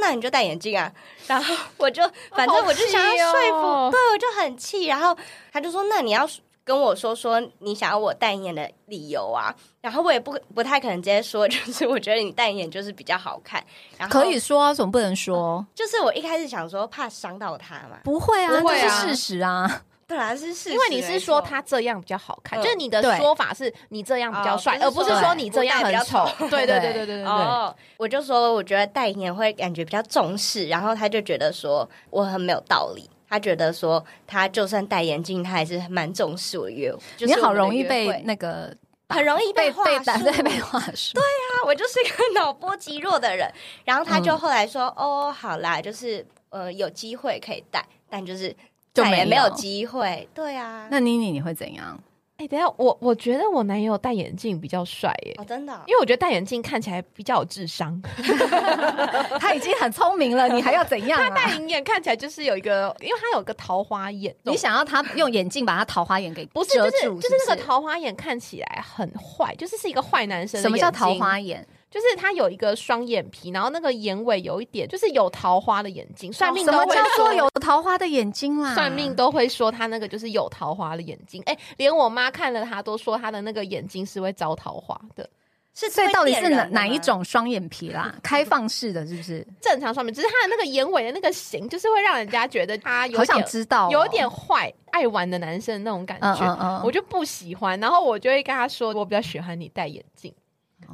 Speaker 3: 那你就戴眼镜啊， 然后我就反正我就想要说服，
Speaker 2: 好气哦
Speaker 3: 对我就很气。然后他就说：“那你要跟我说说你想要我戴眼的理由啊。”然后我也不不太可能直接说， 就是我觉得你戴眼就是比较好看。然后
Speaker 1: 可以，说啊，怎么不能说？
Speaker 3: 就是我一开始想说怕伤到他嘛，
Speaker 1: 不会啊，
Speaker 2: 不会
Speaker 1: 这
Speaker 2: 啊
Speaker 1: 是事实啊。
Speaker 3: 对啦，是事实。
Speaker 2: 因为你是说
Speaker 3: 没错
Speaker 2: 他这样比较好看，
Speaker 3: 嗯
Speaker 2: 就是你的
Speaker 1: 对
Speaker 2: 说法是你这样比较帅，
Speaker 3: 哦
Speaker 2: 而不是
Speaker 1: 就是
Speaker 2: 说
Speaker 1: 说
Speaker 2: 你这样很丑。对对对对对对对。
Speaker 3: 哦，我就说我觉得戴眼会感觉比较重视，然后他就觉得说我很没有道理。他觉得说，他就算戴眼镜，他还是蛮重视我约，就是
Speaker 1: 你好
Speaker 3: 我们的
Speaker 1: 容易
Speaker 3: 约
Speaker 1: 被
Speaker 3: 会
Speaker 1: 那个
Speaker 3: 很容易
Speaker 1: 被
Speaker 3: 话
Speaker 1: 被打
Speaker 3: 术
Speaker 1: 在被话术。对，
Speaker 3: 啊，我就是一个脑波极弱的人。然后他就后来说：“哦，好啦，就是呃，有机会可以带，但就是
Speaker 1: 就
Speaker 3: 再也
Speaker 1: 没
Speaker 3: 没有
Speaker 1: 有
Speaker 3: 机会。”对啊，
Speaker 1: 那妮妮你会怎样？
Speaker 2: 哎，等一下，我我觉得我男友戴眼镜比较帅耶，
Speaker 3: 哦，真的哦、
Speaker 2: 因为我觉得戴眼镜看起来比较有智商，
Speaker 1: 他已经很聪明了，你还要怎样
Speaker 2: 戴
Speaker 1: 啊？
Speaker 2: 眼镜看起来就是有一个，因为他有一个桃花眼，
Speaker 1: 你想要他用眼镜把他桃花眼给
Speaker 2: 不是
Speaker 1: 遮
Speaker 2: 就是
Speaker 1: 住？
Speaker 2: 就是
Speaker 1: 不
Speaker 2: 那个桃花眼看起来很坏，就是是一个坏男生的
Speaker 1: 什
Speaker 2: 眼睛。
Speaker 1: 么叫桃花眼？
Speaker 2: 就是他有一个双眼皮，然后那个眼尾有一点，就是有桃花的眼睛。算命
Speaker 1: 哦什
Speaker 2: 都
Speaker 1: 么
Speaker 2: 会
Speaker 1: 叫
Speaker 2: 说
Speaker 1: 做有桃花的眼睛啦？
Speaker 2: 算命都会说他那个就是有桃花的眼睛，哎、连我妈看了他都说他的那个眼睛是会招桃花的。
Speaker 3: 是
Speaker 1: 所以
Speaker 3: 会
Speaker 1: 到底
Speaker 3: 电
Speaker 1: 是哪
Speaker 3: 人的
Speaker 1: 哪一
Speaker 3: 吗？
Speaker 1: 种双眼皮啦？开放式的，是不是？
Speaker 2: 正常算命，只是他的那个眼尾的那个型，就是会让人家觉得他有
Speaker 1: 好想
Speaker 2: 点、
Speaker 1: 知道哦，
Speaker 2: 有点坏、爱玩的男生那种感
Speaker 1: 嗯
Speaker 2: 觉。
Speaker 1: 嗯嗯，
Speaker 2: 我就不喜欢，然后我就会跟他说，我比较喜欢你戴眼镜。
Speaker 1: 哦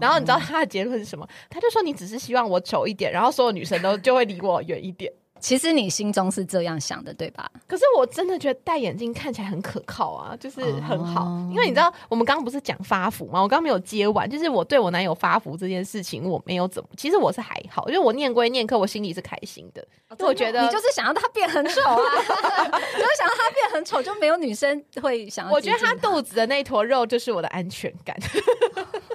Speaker 2: 然后你知道他的结论是什么？他就说你只是希望我丑一点，然后所有女生都就会离我远一点。
Speaker 1: 其实你心中是这样想的，对吧？
Speaker 2: 可是我真的觉得戴眼镜看起来很可靠啊，就是很好。
Speaker 1: 哦
Speaker 2: 因为你知道，我们刚刚不是讲发福吗？我刚刚没有接完，就是我对我男友发福这件事情，我没有怎么，其实我是还好，因为我念归念科，我心里是开心的，
Speaker 1: 哦
Speaker 2: 因为我觉得
Speaker 1: 你就是想要他变很丑 啊，就是想要他变很丑，就没有女生会想要。
Speaker 2: 我觉得他肚子的那坨肉就是我的安全 感。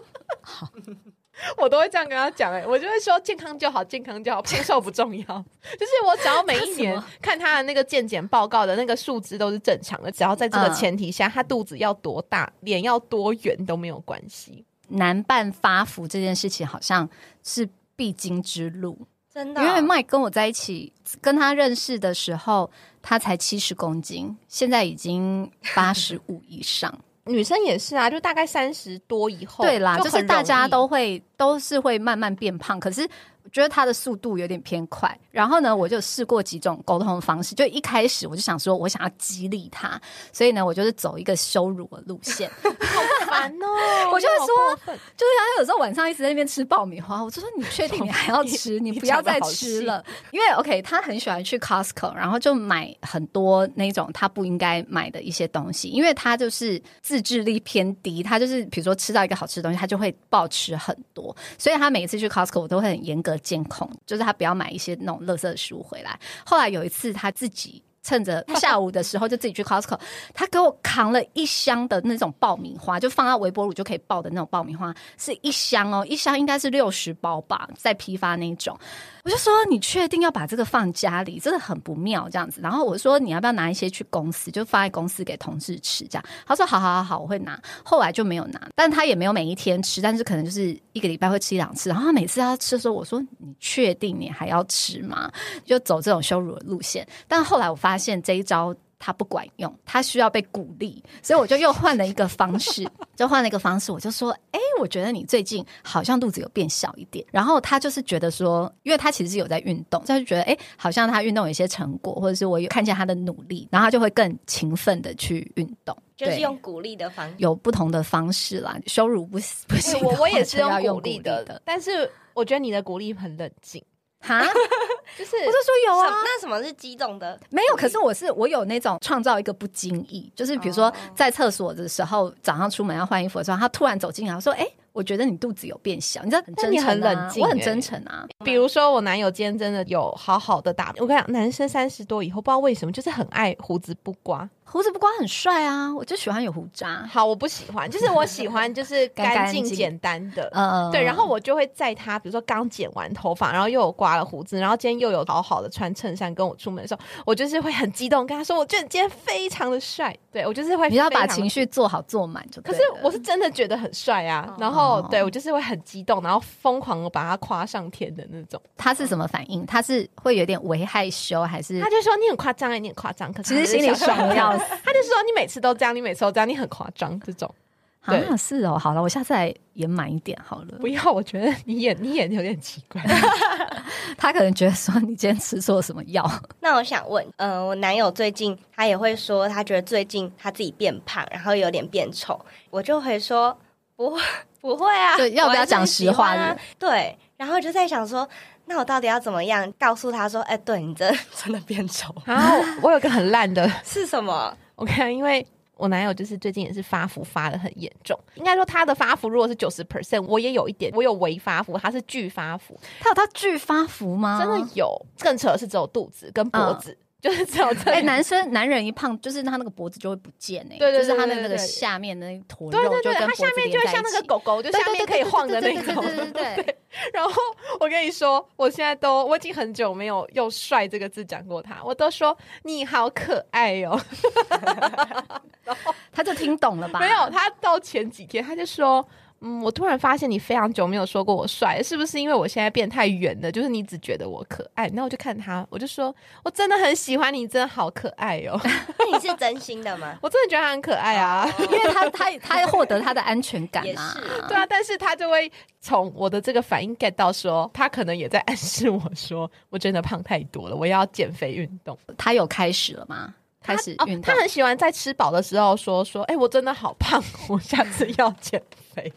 Speaker 2: 我都会这样跟他讲、哎，我就会说健康就好，健康就好，胖瘦 不重要。就是我只要每一年看他的那个健检报告的那个数值都是正常的，只要在这个
Speaker 1: 嗯
Speaker 2: 前提下，他肚子要多大，脸要多圆都没有关系。
Speaker 1: 男伴发福这件事情，好像是必经之路。
Speaker 3: 真的
Speaker 1: 因
Speaker 3: 哦、
Speaker 1: 为 Mike 跟我在一起，跟他认识的时候，他才七十公斤，现在已经八十五以上。
Speaker 2: 女生也是啊，就大概三十多以后，
Speaker 1: 对啦，
Speaker 2: 就
Speaker 1: 就
Speaker 2: 很
Speaker 1: 是大
Speaker 2: 容
Speaker 1: 家
Speaker 2: 易
Speaker 1: 都会都是会慢慢变胖，可是我觉得他的速度有点偏快。然后呢，我就试过几种沟通方式，就一开始我就想说我想要激励他，所以呢，我就是走一个羞辱的路线，
Speaker 2: 烦哦。
Speaker 1: 我就会
Speaker 2: 好
Speaker 1: 说
Speaker 2: 过分，
Speaker 1: 就是他有时候晚上一直在那边吃爆米花，我就说你确定你还要吃， 你不要再吃了，因为 OK，他很喜欢去 Costco，然后就买很多那种他不应该买的一些东西，因为他就是自制力偏低，他就是比如说吃到一个好吃的东西，他就会暴吃很多，所以他每一次去 Costco 我都会很严格监控，就是他不要买一些那种垃圾的食物回来。后来有一次他自己。趁着下午的时候，就自己去 Costco，他给我扛了一箱的那种爆米花，就放到微波炉就可以爆的那种爆米花，是一箱哦，一箱应该是六十包吧，在批发那一种。我就说你确定要把这个放家里，真的很不妙这样子。然后我说你要不要拿一些去公司，就放在公司给同事吃这样。他说好好好好，我会拿。后来就没有拿，但他也没有每一天吃，但是可能就是一个礼拜会吃一两次。然后他每次要吃的时候，我说你确定你还要吃吗？就走这种羞辱的路线。但后来我发现这一招。他不管用，他需要被鼓励，所以我就又换了一个方式， 就换了一个方式，我就说，哎、我觉得你最近好像肚子有变小一点。然后他就是觉得说，因为他其实有在运动，他就觉得，哎、好像他运动有一些成果，或者是我有看见他的努力，然后他就会更勤奋的去运动，
Speaker 3: 就是
Speaker 1: 对
Speaker 3: 用鼓励的方式。
Speaker 1: 有不同的方式啦，羞辱不 不
Speaker 2: 哎
Speaker 1: 行的话、
Speaker 2: 我我也是
Speaker 1: 就 要
Speaker 2: 用
Speaker 1: 用
Speaker 2: 鼓
Speaker 1: 鼓
Speaker 2: 励
Speaker 1: 的
Speaker 2: 的，但是我觉得你的鼓励很冷静，
Speaker 1: 哈，
Speaker 2: 就是
Speaker 1: 我就说有
Speaker 3: 什
Speaker 1: 啊，
Speaker 3: 那什么是激动的？
Speaker 1: 没有，可是我是我有那种创造一个不经意，就是比如说
Speaker 3: 哦
Speaker 1: 在厕所的时候，早上出门要换衣服的时候，他突然走进来，我说：“哎、我觉得你肚子有变小。”你知道很
Speaker 2: 但
Speaker 1: 真
Speaker 2: 你
Speaker 1: 诚、啊，
Speaker 2: 很冷静
Speaker 1: 我很
Speaker 2: 欸
Speaker 1: 真诚啊。
Speaker 2: 比如说，我男友今天真的有好好的打，我跟你讲，男生三十多以后，不知道为什么就是很爱胡子不刮。
Speaker 1: 胡子不刮很帅啊，我就喜欢有胡渣。
Speaker 2: 好，我不喜欢，就是我喜 欢就是
Speaker 1: 干
Speaker 2: 干净
Speaker 1: 净
Speaker 2: 简单的。
Speaker 1: 呃，
Speaker 2: 对，然后我就会在他，比如说刚剪完头发，然后又有刮了胡子，然后今天又有好好的穿衬衫跟我出门的时候，我就是会很激动，跟他说，我觉得你今天非常的帅。对我就是会，
Speaker 1: 你要把
Speaker 2: 情。
Speaker 1: 情绪做好做满就
Speaker 2: 可
Speaker 1: 对
Speaker 2: 是
Speaker 1: 了。
Speaker 2: 我是真的觉得很帅啊
Speaker 3: 哦，
Speaker 2: 然后对我就是会很激动，然后疯狂的把他夸上天的那种。
Speaker 1: 他是什么反应？他是会有点微害羞，还是
Speaker 2: 他就说你很夸张哎，你很夸张，可是
Speaker 1: 其实心里爽的要
Speaker 2: 死。
Speaker 1: 死？
Speaker 2: 他就说你每次都这样，你每次都这样，你很夸张这种。对
Speaker 1: 啊，是哦，好了，我下次来演满一点好了
Speaker 2: 不。要，我觉得你演你演有点奇 怪。
Speaker 1: 他可能觉得说你今天吃错什么药，
Speaker 3: 那我想问，呃，我男友最近他也会说，他觉得最近他自己变胖，然后有点变丑，我就会说不会不会啊，
Speaker 1: 对要不要
Speaker 3: 我还是
Speaker 1: 讲
Speaker 3: 很
Speaker 1: 实
Speaker 3: 喜欢
Speaker 1: 话
Speaker 3: 啊？对，然后就在想说，那我到底要怎么样告诉他说，哎、对你真真的 变丑
Speaker 2: 然后我有个很烂的，
Speaker 3: 是什么？
Speaker 2: 我看因为。我男友就是最近也是发福发的很严重，应该说他的发福如果是九十 percent，我也有一点，我有微发福，他是巨发福，
Speaker 1: 他有他巨发福吗？
Speaker 2: 真的有。更扯的是只有肚子跟脖子，就是只有这
Speaker 1: 哎、
Speaker 2: 两
Speaker 1: 男生男人一胖，就是他那个脖子就会不见哎、
Speaker 2: 对对对
Speaker 1: 就是他的那
Speaker 2: 对对
Speaker 1: 个
Speaker 2: 对
Speaker 1: 下面的那一坨
Speaker 2: 对
Speaker 1: 肉
Speaker 2: 对
Speaker 1: 就
Speaker 2: 对，
Speaker 1: 跟
Speaker 2: 它
Speaker 1: 脖
Speaker 2: 下
Speaker 1: 子
Speaker 2: 面
Speaker 1: 连
Speaker 2: 就会
Speaker 1: 在一
Speaker 2: 像那个
Speaker 1: 起，
Speaker 2: 狗狗，就
Speaker 1: 对
Speaker 2: 下面可以晃的那
Speaker 1: 对
Speaker 2: 个
Speaker 1: 对。对 对对对对对。
Speaker 2: 然后我跟你说，我现在都我已经很久没有用“帅”这个字讲过他，我都说你好可爱哦。
Speaker 1: 他就听懂了吧？
Speaker 2: 没有，他到前几天他就说嗯，我突然发现你非常久没有说过我帅，是不是因为我现在变太圆了？就是你只觉得我可爱，那我就看他，我就说我真的很喜欢你，真的好可爱哦、？
Speaker 3: 那你是真心的吗 哦
Speaker 2: 我真的觉得他很可爱啊。
Speaker 1: 因为他他他获得他的安全感
Speaker 3: 也
Speaker 1: 啊，
Speaker 3: 是
Speaker 2: 对啊，但是他就会从我的这个反应 get 到说，他可能也在暗示我说，我真的胖太多了，我要减肥运动。
Speaker 1: 他有开始了吗？ 开始
Speaker 2: 哦
Speaker 1: 运，动
Speaker 2: 他，很喜欢在吃饱的时候说说，哎、我真的好胖，我下次要减 肥。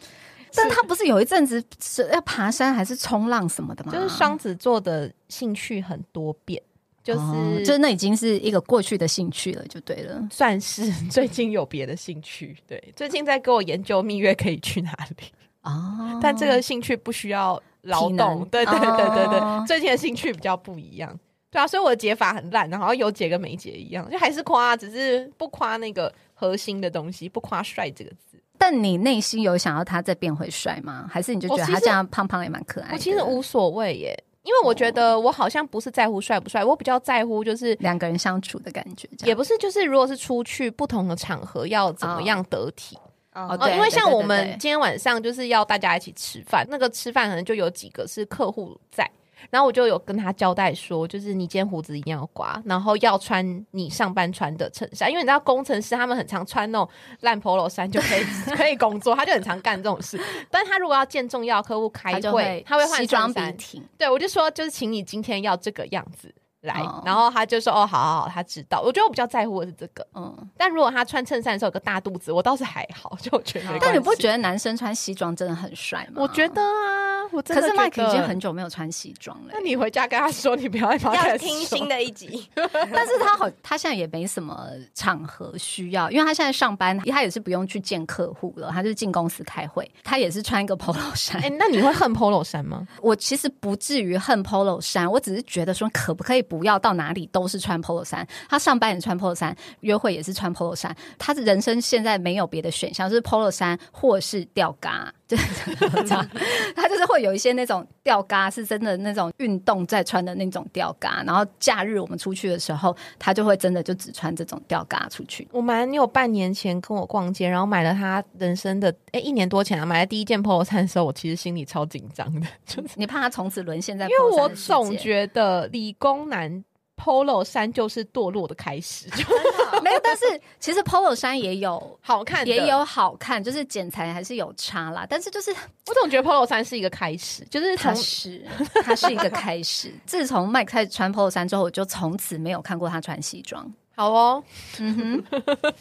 Speaker 1: 但他不是有一阵子是要爬山还是冲浪什么的吗？
Speaker 2: 就是双子座的兴趣很多变，就是、
Speaker 1: 哦就是那已经是一个过去的兴趣了，就对了。
Speaker 2: 算是最近有别的兴趣，对，最近在跟我研究蜜月可以去哪里，
Speaker 1: 哦，
Speaker 2: 但这个兴趣不需要劳
Speaker 1: 体
Speaker 2: 动
Speaker 1: 能，
Speaker 2: 对对对对对，
Speaker 1: 哦
Speaker 2: 最近的兴趣比较不一样，对啊，所以我的解法很烂，然后有解跟没解一样，就还是夸，只是不夸那个核心的东西，不夸帅这个字。
Speaker 1: 但你内心有想要他再变回帅吗？还是你就觉得
Speaker 2: 我哦其
Speaker 1: 他
Speaker 2: 实
Speaker 1: 这样胖胖也蛮可爱的？
Speaker 2: 我哎其实无所谓耶，因为我觉得我好像不是在乎帅不帅，我比较在乎就是
Speaker 1: 两个人相处的感觉，这
Speaker 2: 也
Speaker 1: 样
Speaker 2: 不是就是如果是出去不同的场合要怎么样得体。
Speaker 1: 哦
Speaker 3: 哦
Speaker 2: 哦，
Speaker 1: 对
Speaker 2: 因为像
Speaker 1: 对
Speaker 2: 我
Speaker 1: 对
Speaker 2: 们
Speaker 1: 对
Speaker 2: 今天晚上就是要大家一起吃饭，那个吃饭可能就有几个是客户在，然后我就有跟他交代说，就是你今天胡子一定要刮，然后要穿你上班穿的衬衫，因为你知道工程师他们很常穿那种 烂 polo 衫就可以可以工作，他就很常干这种事。但他如果要见重要客户开
Speaker 1: 他就
Speaker 2: 会，他会换
Speaker 1: 西装
Speaker 2: 上
Speaker 1: 笔
Speaker 2: 衫
Speaker 1: 挺，
Speaker 2: 对，我就说就是请你今天要这个样子来，
Speaker 1: 哦
Speaker 2: 然后他就说哦，好好好，他知道。我觉得我比较在乎的是这个，
Speaker 1: 嗯。
Speaker 2: 但如果他穿衬衫的时候有个大肚子，我倒是还好，就我觉得没关系。
Speaker 1: 但你不觉得男生穿西装真的很帅吗？
Speaker 2: 我觉得，啊，我真
Speaker 1: 可
Speaker 2: 的
Speaker 1: 是
Speaker 2: 觉
Speaker 1: Mike 已经
Speaker 2: 得
Speaker 1: 很。久没有穿西装了
Speaker 2: 那。你回家跟他说，你不要把
Speaker 3: 要听新的一集，
Speaker 1: 但是他好，他现在也没什么场合需要，因为他现在上班，他也是不用去见客户了，他就是进公司开会，他也是穿一个 polo 衫。
Speaker 2: 哎、那你会恨 polo 衫吗？
Speaker 1: 我其实不至于恨 polo 衫，我只是觉得说，可不可以不要到哪里都是穿 polo 衫？他上班也穿 polo 衫，约会也是穿 polo 衫，他人生现在没有别的选项，就是 polo 衫或是吊嘎，就是 这样。他就是会有一些那种吊嘎，是真的那种运动在穿的那种吊嘎。然后假日我们出去的时候，他就会真的就只穿这种吊嘎出去。
Speaker 2: 我蛮有半年前跟我逛街，然后买了他人生的哎、一年多前啊，买了第一件 polo 衫的时候，我其实心里超紧张 的，就是
Speaker 1: 你怕他从此沦陷在 polo
Speaker 2: 因为
Speaker 1: 衫
Speaker 2: 我
Speaker 1: 的世界
Speaker 2: 总觉得理工男 polo 衫就是堕落的开始， 就
Speaker 3: 哦
Speaker 1: 没有，但是其实 polo 衫也有
Speaker 2: 好看的
Speaker 1: 也。有好看，就是剪裁还是有差啦，但是就是
Speaker 2: 我总觉得 polo 衫是一个开始，就是从
Speaker 1: 它是它是一个开 始。自从 Mike 开始穿 polo 衫之后，我就从此没有看过他穿西装。
Speaker 2: 好哦，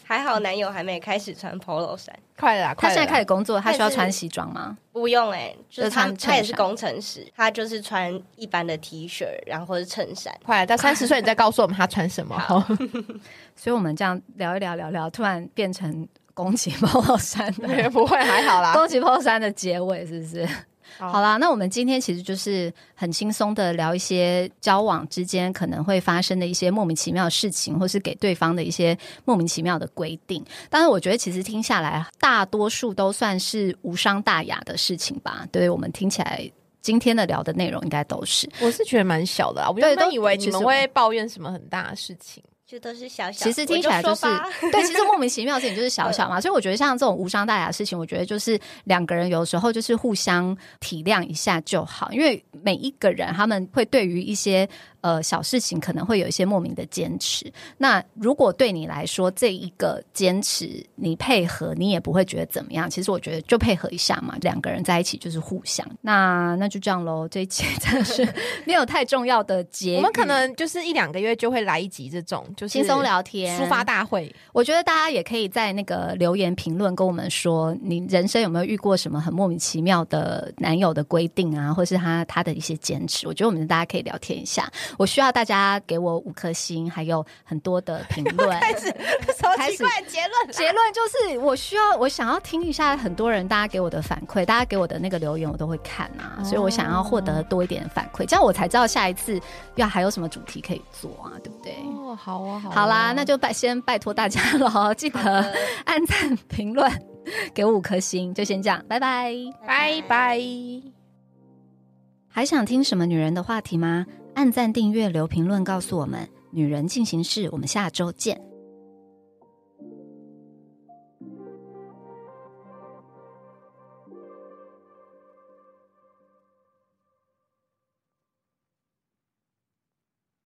Speaker 3: 还好男友还没开开始穿 polo 衫，
Speaker 2: 快了啦，
Speaker 1: 他
Speaker 2: 快
Speaker 1: 现
Speaker 2: 了啦
Speaker 1: 在开始工作，他需要
Speaker 3: 但是
Speaker 1: 穿西装吗？
Speaker 3: 不用哎、就是他
Speaker 1: 就穿衬衫
Speaker 3: 他也是工程师，他就是穿一般的 T 恤，然后或是衬衫。
Speaker 2: 快了，到三 十岁你再告诉我们他穿什么。
Speaker 1: 所以我们这样聊一聊聊聊，突然变成宫崎 polo 衫 的
Speaker 2: 不会，还好 啦。
Speaker 1: 宫崎 polo 衫的结尾，是不是？好啦，那我们今天其实就是很轻松的聊一些交往之间可能会发生的一些莫名其妙的事情，或是给对方的一些莫名其妙的规定。当然，我觉得其实听下来，大多数都算是无伤大雅的事情吧。对我们听起来，今天的聊的内容应该都是。
Speaker 2: 我是觉得蛮小的啦，我
Speaker 1: 对
Speaker 2: 原本
Speaker 1: 都
Speaker 2: 以为你
Speaker 1: 其实
Speaker 2: 们
Speaker 1: 我
Speaker 2: 会抱怨什么很大的事情。
Speaker 3: 就都是小小，
Speaker 1: 其实听起来
Speaker 3: 我就
Speaker 1: 就是
Speaker 3: 说 吧
Speaker 1: 对，其实莫名其妙的事情就是小小嘛，所以我觉得像这种无伤大雅的事情，我觉得就是两个人有时候就是互相体谅一下就好，因为每一个人他们会对于一些呃小事情可能会有一些莫名的坚持。那如果对你来说这一个坚持你配合，你也不会觉得怎么样。其实我觉得就配合一下嘛，两个人在一起就是互相。那那就这样喽，这一期真的是 没有太重要的结语，
Speaker 2: 我们可能就是一两个月就会来一集这种，就是
Speaker 1: 轻松聊天，
Speaker 2: 抒发大会。
Speaker 1: 我觉得大家也可以在那个留言评论跟我们说，你人生有没有遇过什么很莫名其妙的男友的规定啊，或是他他的一些坚持？我觉得我们大家可以聊天一下。我需要大家给我五颗星，还有很多的评论。
Speaker 2: 什么
Speaker 1: 开
Speaker 2: 奇
Speaker 1: 始
Speaker 2: 怪的结论？
Speaker 1: 结论就是，我需要我想要听一下很多人大家给我的反馈，大家给我的那个留言我都会看啊，所以我想要获得多一点反馈，这样我才知道下一次要还有什么主题可以做啊，对不对？
Speaker 2: 哦，好啊，好啊
Speaker 1: 好啦，那就拜先拜托大家喽，记得按赞、评论， 给我五颗星，就先这样，拜拜。
Speaker 2: 拜拜。
Speaker 1: 还想听什么女人的话题吗？按赞、订阅、留评论，告诉我们。女人进行式，我们下周见。